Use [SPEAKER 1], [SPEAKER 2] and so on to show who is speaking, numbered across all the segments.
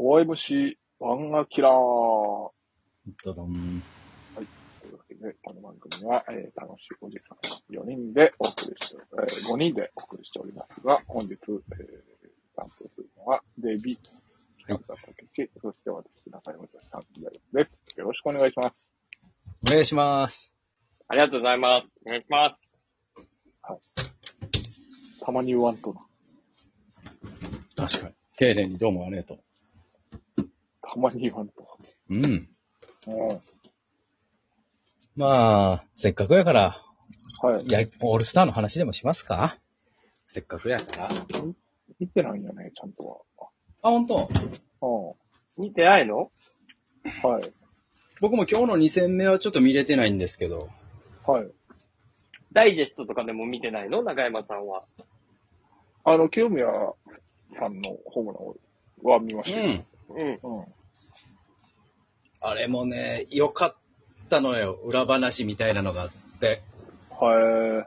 [SPEAKER 1] OMC 漫画キラー。
[SPEAKER 2] ドドン。
[SPEAKER 1] というわけで、この番組は、えー楽しいおじさん4人でお送りして、え5人でお送りしておりますが、本日、えー、担当するのは、デビ、
[SPEAKER 2] はい
[SPEAKER 1] 北田武史、そして私、中山さんです。よろしくお願いします。
[SPEAKER 2] お願いします。
[SPEAKER 3] ありがとうございます。お願いします。
[SPEAKER 1] たまに言わんとな。
[SPEAKER 2] 確かに。丁寧にどうもありがと
[SPEAKER 1] たまに言わんと。
[SPEAKER 2] う。うん。
[SPEAKER 1] うん。
[SPEAKER 2] まあ、せっかくやから、
[SPEAKER 1] はい。
[SPEAKER 2] いや、オールスターの話でもしますかせっかくやから。あ、
[SPEAKER 1] 見てないんやね、ちゃんと
[SPEAKER 2] 本当。
[SPEAKER 1] は。
[SPEAKER 3] 見てないの
[SPEAKER 1] うん。はい。
[SPEAKER 2] 僕も今日の2戦目はちょっと見れてないんですけど。
[SPEAKER 1] はい。
[SPEAKER 3] ダイジェストとかでも見てないの中山さんは。
[SPEAKER 1] あの、清宮さんのホームランは見ま
[SPEAKER 2] う
[SPEAKER 1] したよ。
[SPEAKER 2] ん。
[SPEAKER 3] うん。
[SPEAKER 1] うん。
[SPEAKER 2] あれもね、良かったのよ。裏話みたいなのがあって。
[SPEAKER 1] は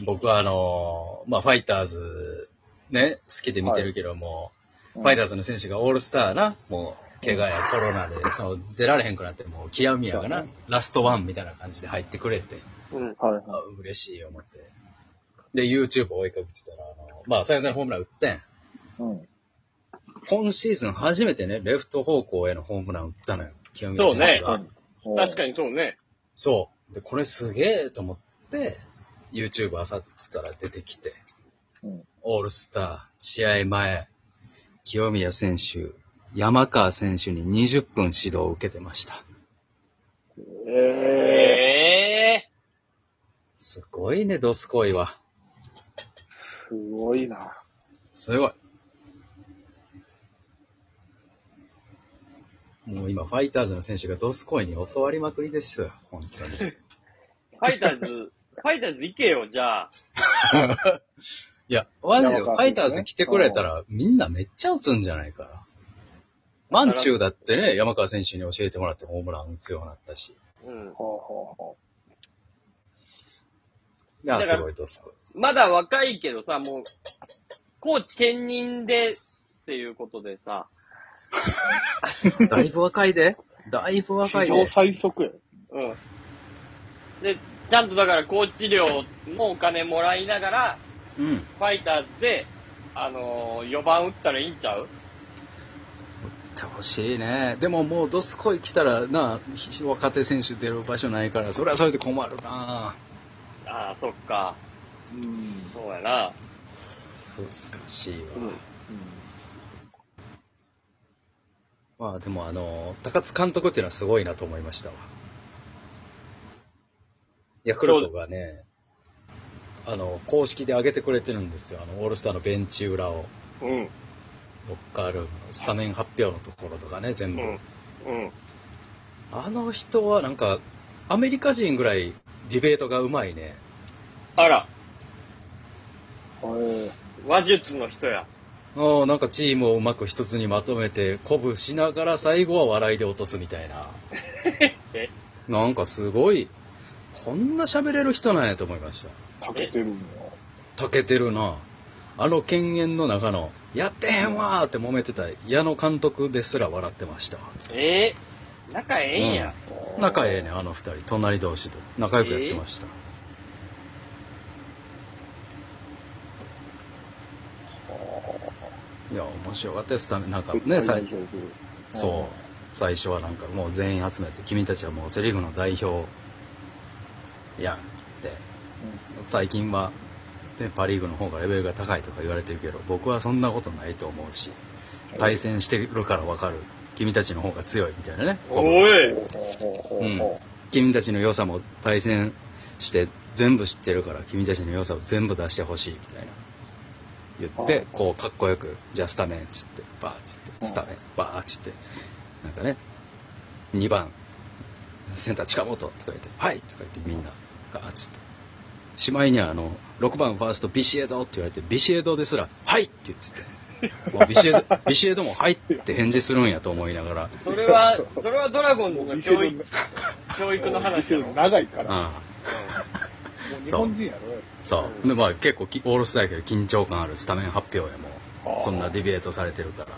[SPEAKER 1] い。
[SPEAKER 2] 僕はあのーまあ、ファイターズ、ね、好きで見てるけども、
[SPEAKER 1] うん
[SPEAKER 2] ファイターズの選手がオールスターな、もう、怪我やコロナで、その、出られへんくなって、もう、極みやが
[SPEAKER 1] そ
[SPEAKER 2] な
[SPEAKER 1] うね、
[SPEAKER 2] ラストワンみたいな感じで入ってくれて、
[SPEAKER 3] うん。
[SPEAKER 1] はいはい。
[SPEAKER 2] あ嬉しい思って。で、YouTube 追いかけてたら、あの、まあ、サヨナラホームラン打ってん。
[SPEAKER 1] うん。
[SPEAKER 2] 今シーズン初めてね、レフト方向へのホームラン打ったのよ。清宮
[SPEAKER 3] そう
[SPEAKER 2] 選
[SPEAKER 3] ね
[SPEAKER 2] 手が。
[SPEAKER 3] 確か
[SPEAKER 1] に。
[SPEAKER 3] にそうね。
[SPEAKER 2] そう。で、これすげえと思って、YouTube あさってたら出てきて、
[SPEAKER 1] うん
[SPEAKER 2] オールスター、試合前、清宮選手、山川選手に20分指導を受けてました。
[SPEAKER 1] ええ
[SPEAKER 3] ええ
[SPEAKER 2] すごいね、ドスコイは。
[SPEAKER 1] すごいな。
[SPEAKER 2] すごい。もう今、ファイターズの選手がドスコイに教わりまくりですよ、本当に。い
[SPEAKER 3] ファイターズ、 ファイターズ行けよ、じゃあ。
[SPEAKER 2] や、マジで、
[SPEAKER 1] 山川選
[SPEAKER 2] フ
[SPEAKER 1] 手ね
[SPEAKER 2] ァイターズ来てくれたら、みんなめっちゃ打つんじゃないかな。マンチューだってね、山川選手に教えてもらってホームラン打つようになったし。
[SPEAKER 3] うん。
[SPEAKER 1] はあはあはい
[SPEAKER 2] や、
[SPEAKER 3] だ
[SPEAKER 2] す
[SPEAKER 3] から
[SPEAKER 2] ごい、ドスコイ。
[SPEAKER 3] まだ若いけどさ、もう、コーチ兼任でっていうことでさ、
[SPEAKER 2] だいぶ若いで。だいぶ
[SPEAKER 1] あ。
[SPEAKER 2] 若
[SPEAKER 1] 史
[SPEAKER 2] い
[SPEAKER 1] 上
[SPEAKER 2] で。
[SPEAKER 1] 最速や。
[SPEAKER 3] うん。で、ちゃんとだからコーチ料もお金もらいながら、
[SPEAKER 2] うん。
[SPEAKER 3] ファイターズで、あのー、4番打ったらいいんちゃう
[SPEAKER 2] ってほしいね。でももうドスコイ来たらな、若手選手出る場所ないから、それはそれで困るな
[SPEAKER 3] ああ、そっか。
[SPEAKER 1] うん。
[SPEAKER 3] そうやな。
[SPEAKER 2] 難しいわ。
[SPEAKER 3] うん。
[SPEAKER 2] まあでもあの、高津監督っていうのはすごいなと思いましたわ。ヤクルトがね、あの、公式で上げてくれてるんですよ。あの、オールスターのベンチ裏を、
[SPEAKER 3] うん。
[SPEAKER 2] ロッカールームのスタメン発表のところとかね、全部。
[SPEAKER 3] うん。うん。
[SPEAKER 2] あの人はなんか、アメリカ人ぐらいディベートがうまいね。
[SPEAKER 3] あら、
[SPEAKER 1] はい。
[SPEAKER 3] 話術の人や。
[SPEAKER 2] うんなんかチームをうまく一つにまとめて、鼓舞しながら最後は笑いで落とすみたい な。
[SPEAKER 3] え
[SPEAKER 2] なんかすごい、こんな喋れる人なんやと思いました。
[SPEAKER 1] かけてるんよ。
[SPEAKER 2] たけてるな。あの犬猿の中の、やってへんわーって揉めてた矢野監督ですら笑ってました。
[SPEAKER 3] えー、仲ええんや。
[SPEAKER 1] あー
[SPEAKER 2] 仲ええね、。あの二人、隣同士で。仲良くやってました。いや、面白かったです。ためなんかね、最
[SPEAKER 1] 初。
[SPEAKER 2] そう。最初はなんかもう全員集めて、君たちはもうセリフの代表やって、最近は、ね、パリーグの方がレベルが高いとか言われてるけど、僕はそんなことないと思うし、対戦してるからわかる。君たちの方が強いみたいなね。
[SPEAKER 3] お
[SPEAKER 1] う
[SPEAKER 3] い
[SPEAKER 1] ん。ほうほうほうほう
[SPEAKER 2] うん君たちの良さも対戦して全部知ってるから君たちの良さを全部出してほしいみたいな言ってこうかっこよくじゃあスタメンっつってバーっつっ
[SPEAKER 1] うん
[SPEAKER 2] てスタメンバーっつってなんかね2番センター近本とか言ってはいとか言ってみんなガーっつってしまいにはあの6番ファーストビシエドって言われてビシエドですらはいって言っててもうビシエドビシエドもはいって返事するんやと思いながら
[SPEAKER 3] それは、それはドラゴンズ
[SPEAKER 1] もう
[SPEAKER 3] の
[SPEAKER 1] 店
[SPEAKER 3] 教
[SPEAKER 1] の
[SPEAKER 3] 育、教育の話
[SPEAKER 1] 店
[SPEAKER 3] や
[SPEAKER 1] の
[SPEAKER 3] ろ。
[SPEAKER 1] 長いから。も
[SPEAKER 2] ああ
[SPEAKER 1] う日本人やろ。
[SPEAKER 2] そう。で、まあ結構きオールスターやけど緊張感あるスタメン発表やも
[SPEAKER 1] あ
[SPEAKER 2] ん。
[SPEAKER 1] ー
[SPEAKER 2] そんなディベートされてるから。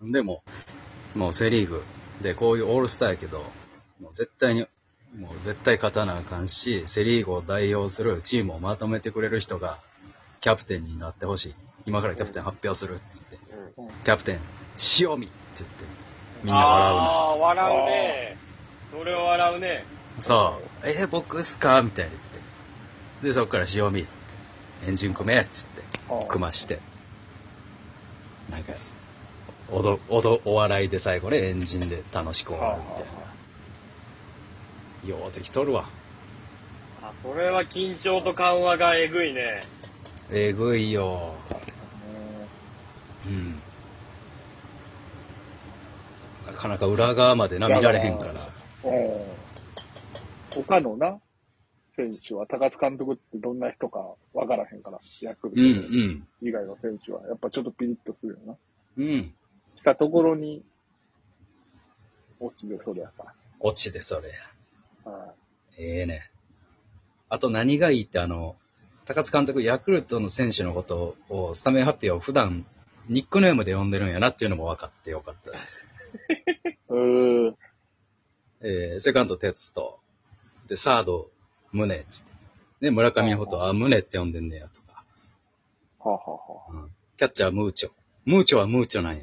[SPEAKER 1] うん
[SPEAKER 2] でも、もうセリーグでこういうオールスターやけど、もう絶対に、もう絶対勝たなあかんし、セリーグを代表するチームをまとめてくれる人が、キャプテンになってほしい。今からキャプテン発表するって言って、
[SPEAKER 4] うん。
[SPEAKER 2] キャプテン、塩見って言って、みんな笑
[SPEAKER 3] ああー、笑うね。それを笑うね。
[SPEAKER 2] うの。そう、えー、僕っすかみたいに言って。で、そっから塩見って、エンジン組めって言って。
[SPEAKER 1] あー
[SPEAKER 2] 組まして、なんか、おど、おど、お笑いで最後ね、エンジンで楽しく終わるみたいな。ようできとるわ。
[SPEAKER 3] あ、それは緊張と緩和がえぐいね。
[SPEAKER 2] えぐいよ。うん。なかなか裏側までな、見られへんから。
[SPEAKER 1] うん他のな、選手は、高津監督ってどんな人かわからへんから、ヤクル
[SPEAKER 2] う
[SPEAKER 1] ト
[SPEAKER 2] ん、うん。
[SPEAKER 1] 以外の選手は、やっぱちょっとピリッとするよな。
[SPEAKER 2] うん。
[SPEAKER 1] したところに、落ちてそうだか
[SPEAKER 2] 落ちでそれや。
[SPEAKER 1] ら。はい
[SPEAKER 2] ええね。あと何がいいって、あの、高津監督、ヤクルトの選手のことを、スタメン発表を普段、ニックネームで呼んでるんやなっていうのも分かってよかったです。
[SPEAKER 1] うーん。
[SPEAKER 2] えーセカンド、哲と、で、サード、宗って。で、村上のこと、あ、宗って呼んでんねや、とか。
[SPEAKER 1] はあ、はあは
[SPEAKER 2] うんキャッチャー、ムーチョ。ムーチョはムーチョなんや。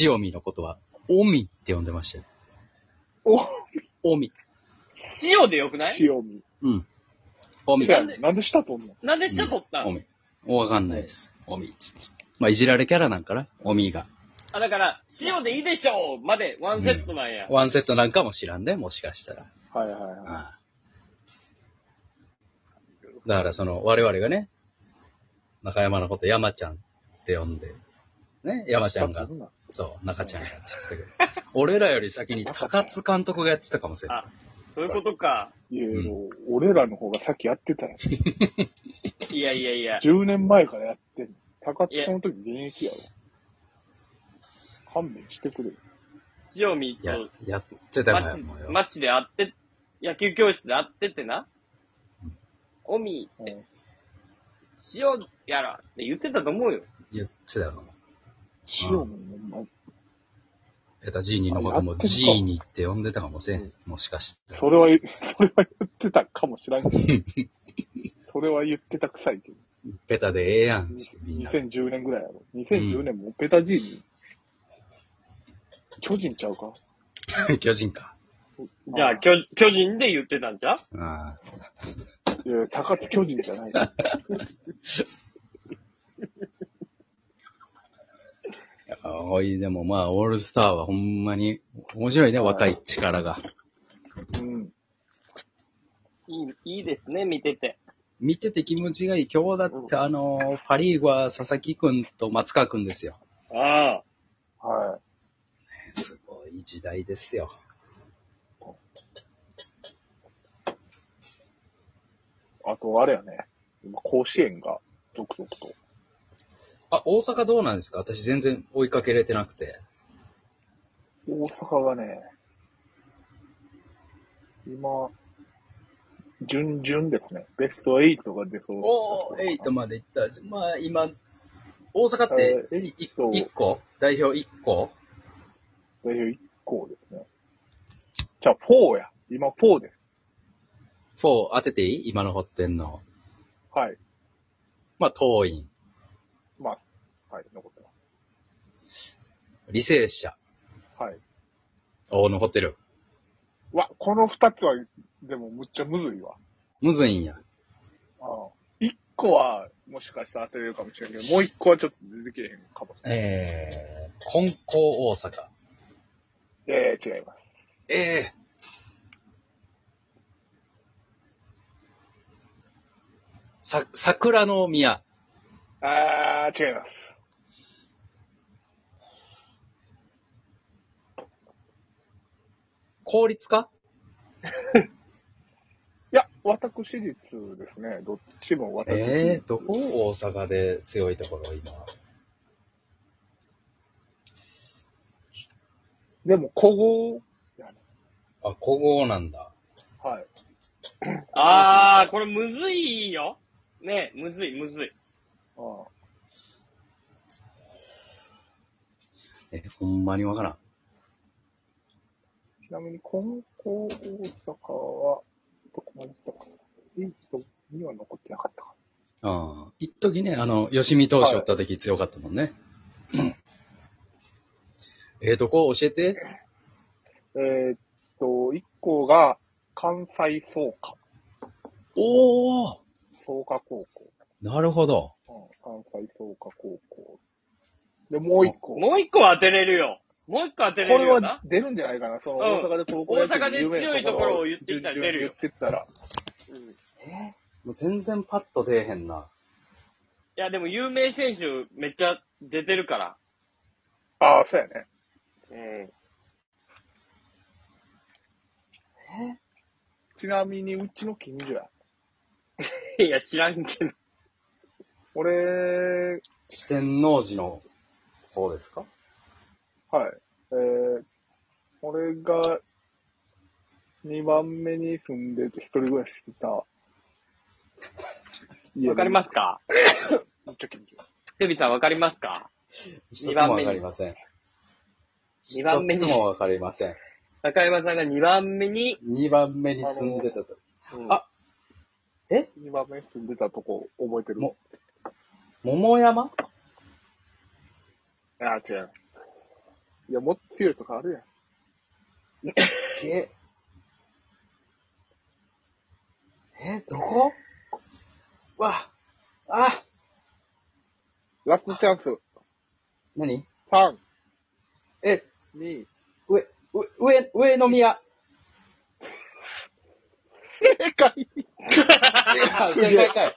[SPEAKER 2] 塩見のことは、オミって呼んでましたよ。
[SPEAKER 1] あ、
[SPEAKER 2] オミ。
[SPEAKER 3] 塩でよくな
[SPEAKER 1] お、
[SPEAKER 3] い
[SPEAKER 1] 塩見。
[SPEAKER 2] うん。オミ。
[SPEAKER 1] いやなんでしたと思う
[SPEAKER 3] なんで下取った
[SPEAKER 2] オ
[SPEAKER 3] の
[SPEAKER 2] ミ。わかんないです。オミ。まあ、いじられキャラなんかなオミが。
[SPEAKER 3] あ、だから、塩でいいでしょうまでワンセットなんや。
[SPEAKER 2] ワンセットなんかも知らんで、もしかしたら。
[SPEAKER 1] はいはいは
[SPEAKER 2] ああだからその、我々がね、中山のこと山ちゃんって呼んで、ね、山
[SPEAKER 1] い。
[SPEAKER 2] ちゃんが
[SPEAKER 1] そ、な
[SPEAKER 2] そう、中ちゃんがって言 ってたけど、俺らより先に高津監督がやってたかもしれない。
[SPEAKER 3] あ、そういうことか。
[SPEAKER 1] いや、
[SPEAKER 2] うん
[SPEAKER 1] でも俺らの方がさっきやってたよ。
[SPEAKER 3] いやいやいや。
[SPEAKER 1] 10年前からやってんの。高津さんの時現役やろ。勘弁してくれよ。
[SPEAKER 3] 塩見
[SPEAKER 2] いや
[SPEAKER 3] と、
[SPEAKER 2] やってたか
[SPEAKER 3] 街
[SPEAKER 2] らもうよ。
[SPEAKER 3] 街で会って、野球教室で会っててな。オミって、塩やらって言ってたと思うよ。
[SPEAKER 2] 言ってたかも。
[SPEAKER 1] 塩見も、
[SPEAKER 2] ペタジーニのこともジーニって呼んでたかもしれん。もしかしたら。
[SPEAKER 1] それ は、それは言ってたかもしれんけ ど。それは言ってたくさいけど。
[SPEAKER 2] ペタでええやん。み んな。
[SPEAKER 1] 2010年ぐらいやろ。2010年もペタジーニ、巨人ちゃうか
[SPEAKER 2] 巨人か。
[SPEAKER 3] じゃあ、巨巨人で言ってたんじゃう
[SPEAKER 2] ああ
[SPEAKER 1] いや、高津巨人じゃない。
[SPEAKER 2] いやおい、でもまあ、オールスターはほんまに面白いね、若い力が。
[SPEAKER 1] うん。
[SPEAKER 3] いい、いいですね、見てて。
[SPEAKER 2] 見てて気持ちがいい。今日だって、あのー、パリーグは佐々木くんと松川くんですよ。
[SPEAKER 3] ああ。
[SPEAKER 1] は
[SPEAKER 2] すごい時代ですよ。
[SPEAKER 1] い。あと、あれやね。今、甲子園が続々と。
[SPEAKER 2] あ、大阪どうなんですか私全然追いかけれてなくて。
[SPEAKER 1] 大阪がね、今、準々ですね。ベスト8が出そう。
[SPEAKER 2] おー、8まで行ったし、まあ今、大阪って
[SPEAKER 1] えー
[SPEAKER 2] いい
[SPEAKER 1] 8と
[SPEAKER 2] 1個代表1個
[SPEAKER 1] 代表1校ですね。じゃあ、4や。今、4です。
[SPEAKER 2] ?4 当てていい今の掘ってんの。
[SPEAKER 1] はい。
[SPEAKER 2] まあ、桐蔭、
[SPEAKER 1] まあ、はい、残ってま
[SPEAKER 2] 履正社、
[SPEAKER 1] す。はい。
[SPEAKER 2] 大野ホテル。
[SPEAKER 1] うわ、この2つは、でも、むっちゃむずいわ。
[SPEAKER 2] むずいんや。
[SPEAKER 1] あ1個は、もしかしたら当てれるかもしれんけど、もう1個はちょっと出てけえへんかもしれん。
[SPEAKER 2] えー、金光大阪。
[SPEAKER 1] ええ違います。
[SPEAKER 2] ええさ、桜の宮。
[SPEAKER 1] あー、違います。
[SPEAKER 2] 公立か
[SPEAKER 1] いや、私立ですね。どっちも私立。
[SPEAKER 2] ええどこ大阪で強いところ、今。
[SPEAKER 1] でも、古豪、
[SPEAKER 2] あ、古豪なんだ。
[SPEAKER 1] はい。
[SPEAKER 3] ああ、これむずいよ。ねえ、むずい、むずい。
[SPEAKER 1] あ
[SPEAKER 2] え、ほんまにわからん。
[SPEAKER 1] あちなみに、金光大阪は、どこまで行ったかな ?1 と2は残ってなかったか
[SPEAKER 2] ああ。一時ね、あの、吉見投手おった時強かったもんね。ええとこ教えて。
[SPEAKER 1] な。えーっと、1校が、関西創価、
[SPEAKER 2] おお
[SPEAKER 1] 創価高校。
[SPEAKER 2] なるほど。
[SPEAKER 1] うん、関西創価高校。で、もう1校。
[SPEAKER 3] もう一個は当てれるよ。もう一個当てれ
[SPEAKER 1] こ
[SPEAKER 3] る
[SPEAKER 1] れ
[SPEAKER 3] よな
[SPEAKER 1] は。出るんじゃないかな、その
[SPEAKER 3] うん
[SPEAKER 1] 大阪で高校野球の有名な
[SPEAKER 3] 大阪で強いところを言っていったら出る
[SPEAKER 1] 言
[SPEAKER 3] よ
[SPEAKER 1] ってったら。
[SPEAKER 3] うんい
[SPEAKER 2] えもう全然パッと出えへんな。
[SPEAKER 3] や、でも有名選手めっちゃ出てるから。
[SPEAKER 1] ああ、そうやね。
[SPEAKER 3] うん。
[SPEAKER 1] ちなみに、うちの近所や。
[SPEAKER 3] いや、知らんけど。
[SPEAKER 1] 俺、
[SPEAKER 2] 四天王寺の方ですか
[SPEAKER 1] はい。えー、俺が2番目に住んでて一人暮らししてた。
[SPEAKER 3] わかりますすか
[SPEAKER 1] めっちゃ近所。
[SPEAKER 3] テビさんわかりますか
[SPEAKER 2] 一つ
[SPEAKER 3] 二番
[SPEAKER 2] も
[SPEAKER 3] 目
[SPEAKER 2] わかり
[SPEAKER 3] に
[SPEAKER 2] ません。
[SPEAKER 3] 二番目に
[SPEAKER 2] 一つもわかりません。
[SPEAKER 3] 中山さんが2番目に、
[SPEAKER 2] 二番目に住んでたと。
[SPEAKER 3] うん
[SPEAKER 2] あえ
[SPEAKER 1] 2番目に住んでたとこ覚えてる
[SPEAKER 2] も桃山
[SPEAKER 1] ああ、違う。いや、もっと強いとかあるやん。
[SPEAKER 2] ええ、どこわ、あ、
[SPEAKER 1] ラストチャンス。
[SPEAKER 2] 何
[SPEAKER 1] 3、
[SPEAKER 2] え、
[SPEAKER 1] 2、
[SPEAKER 2] 上、上、上の 宮。
[SPEAKER 1] 正解
[SPEAKER 2] いや正解かい。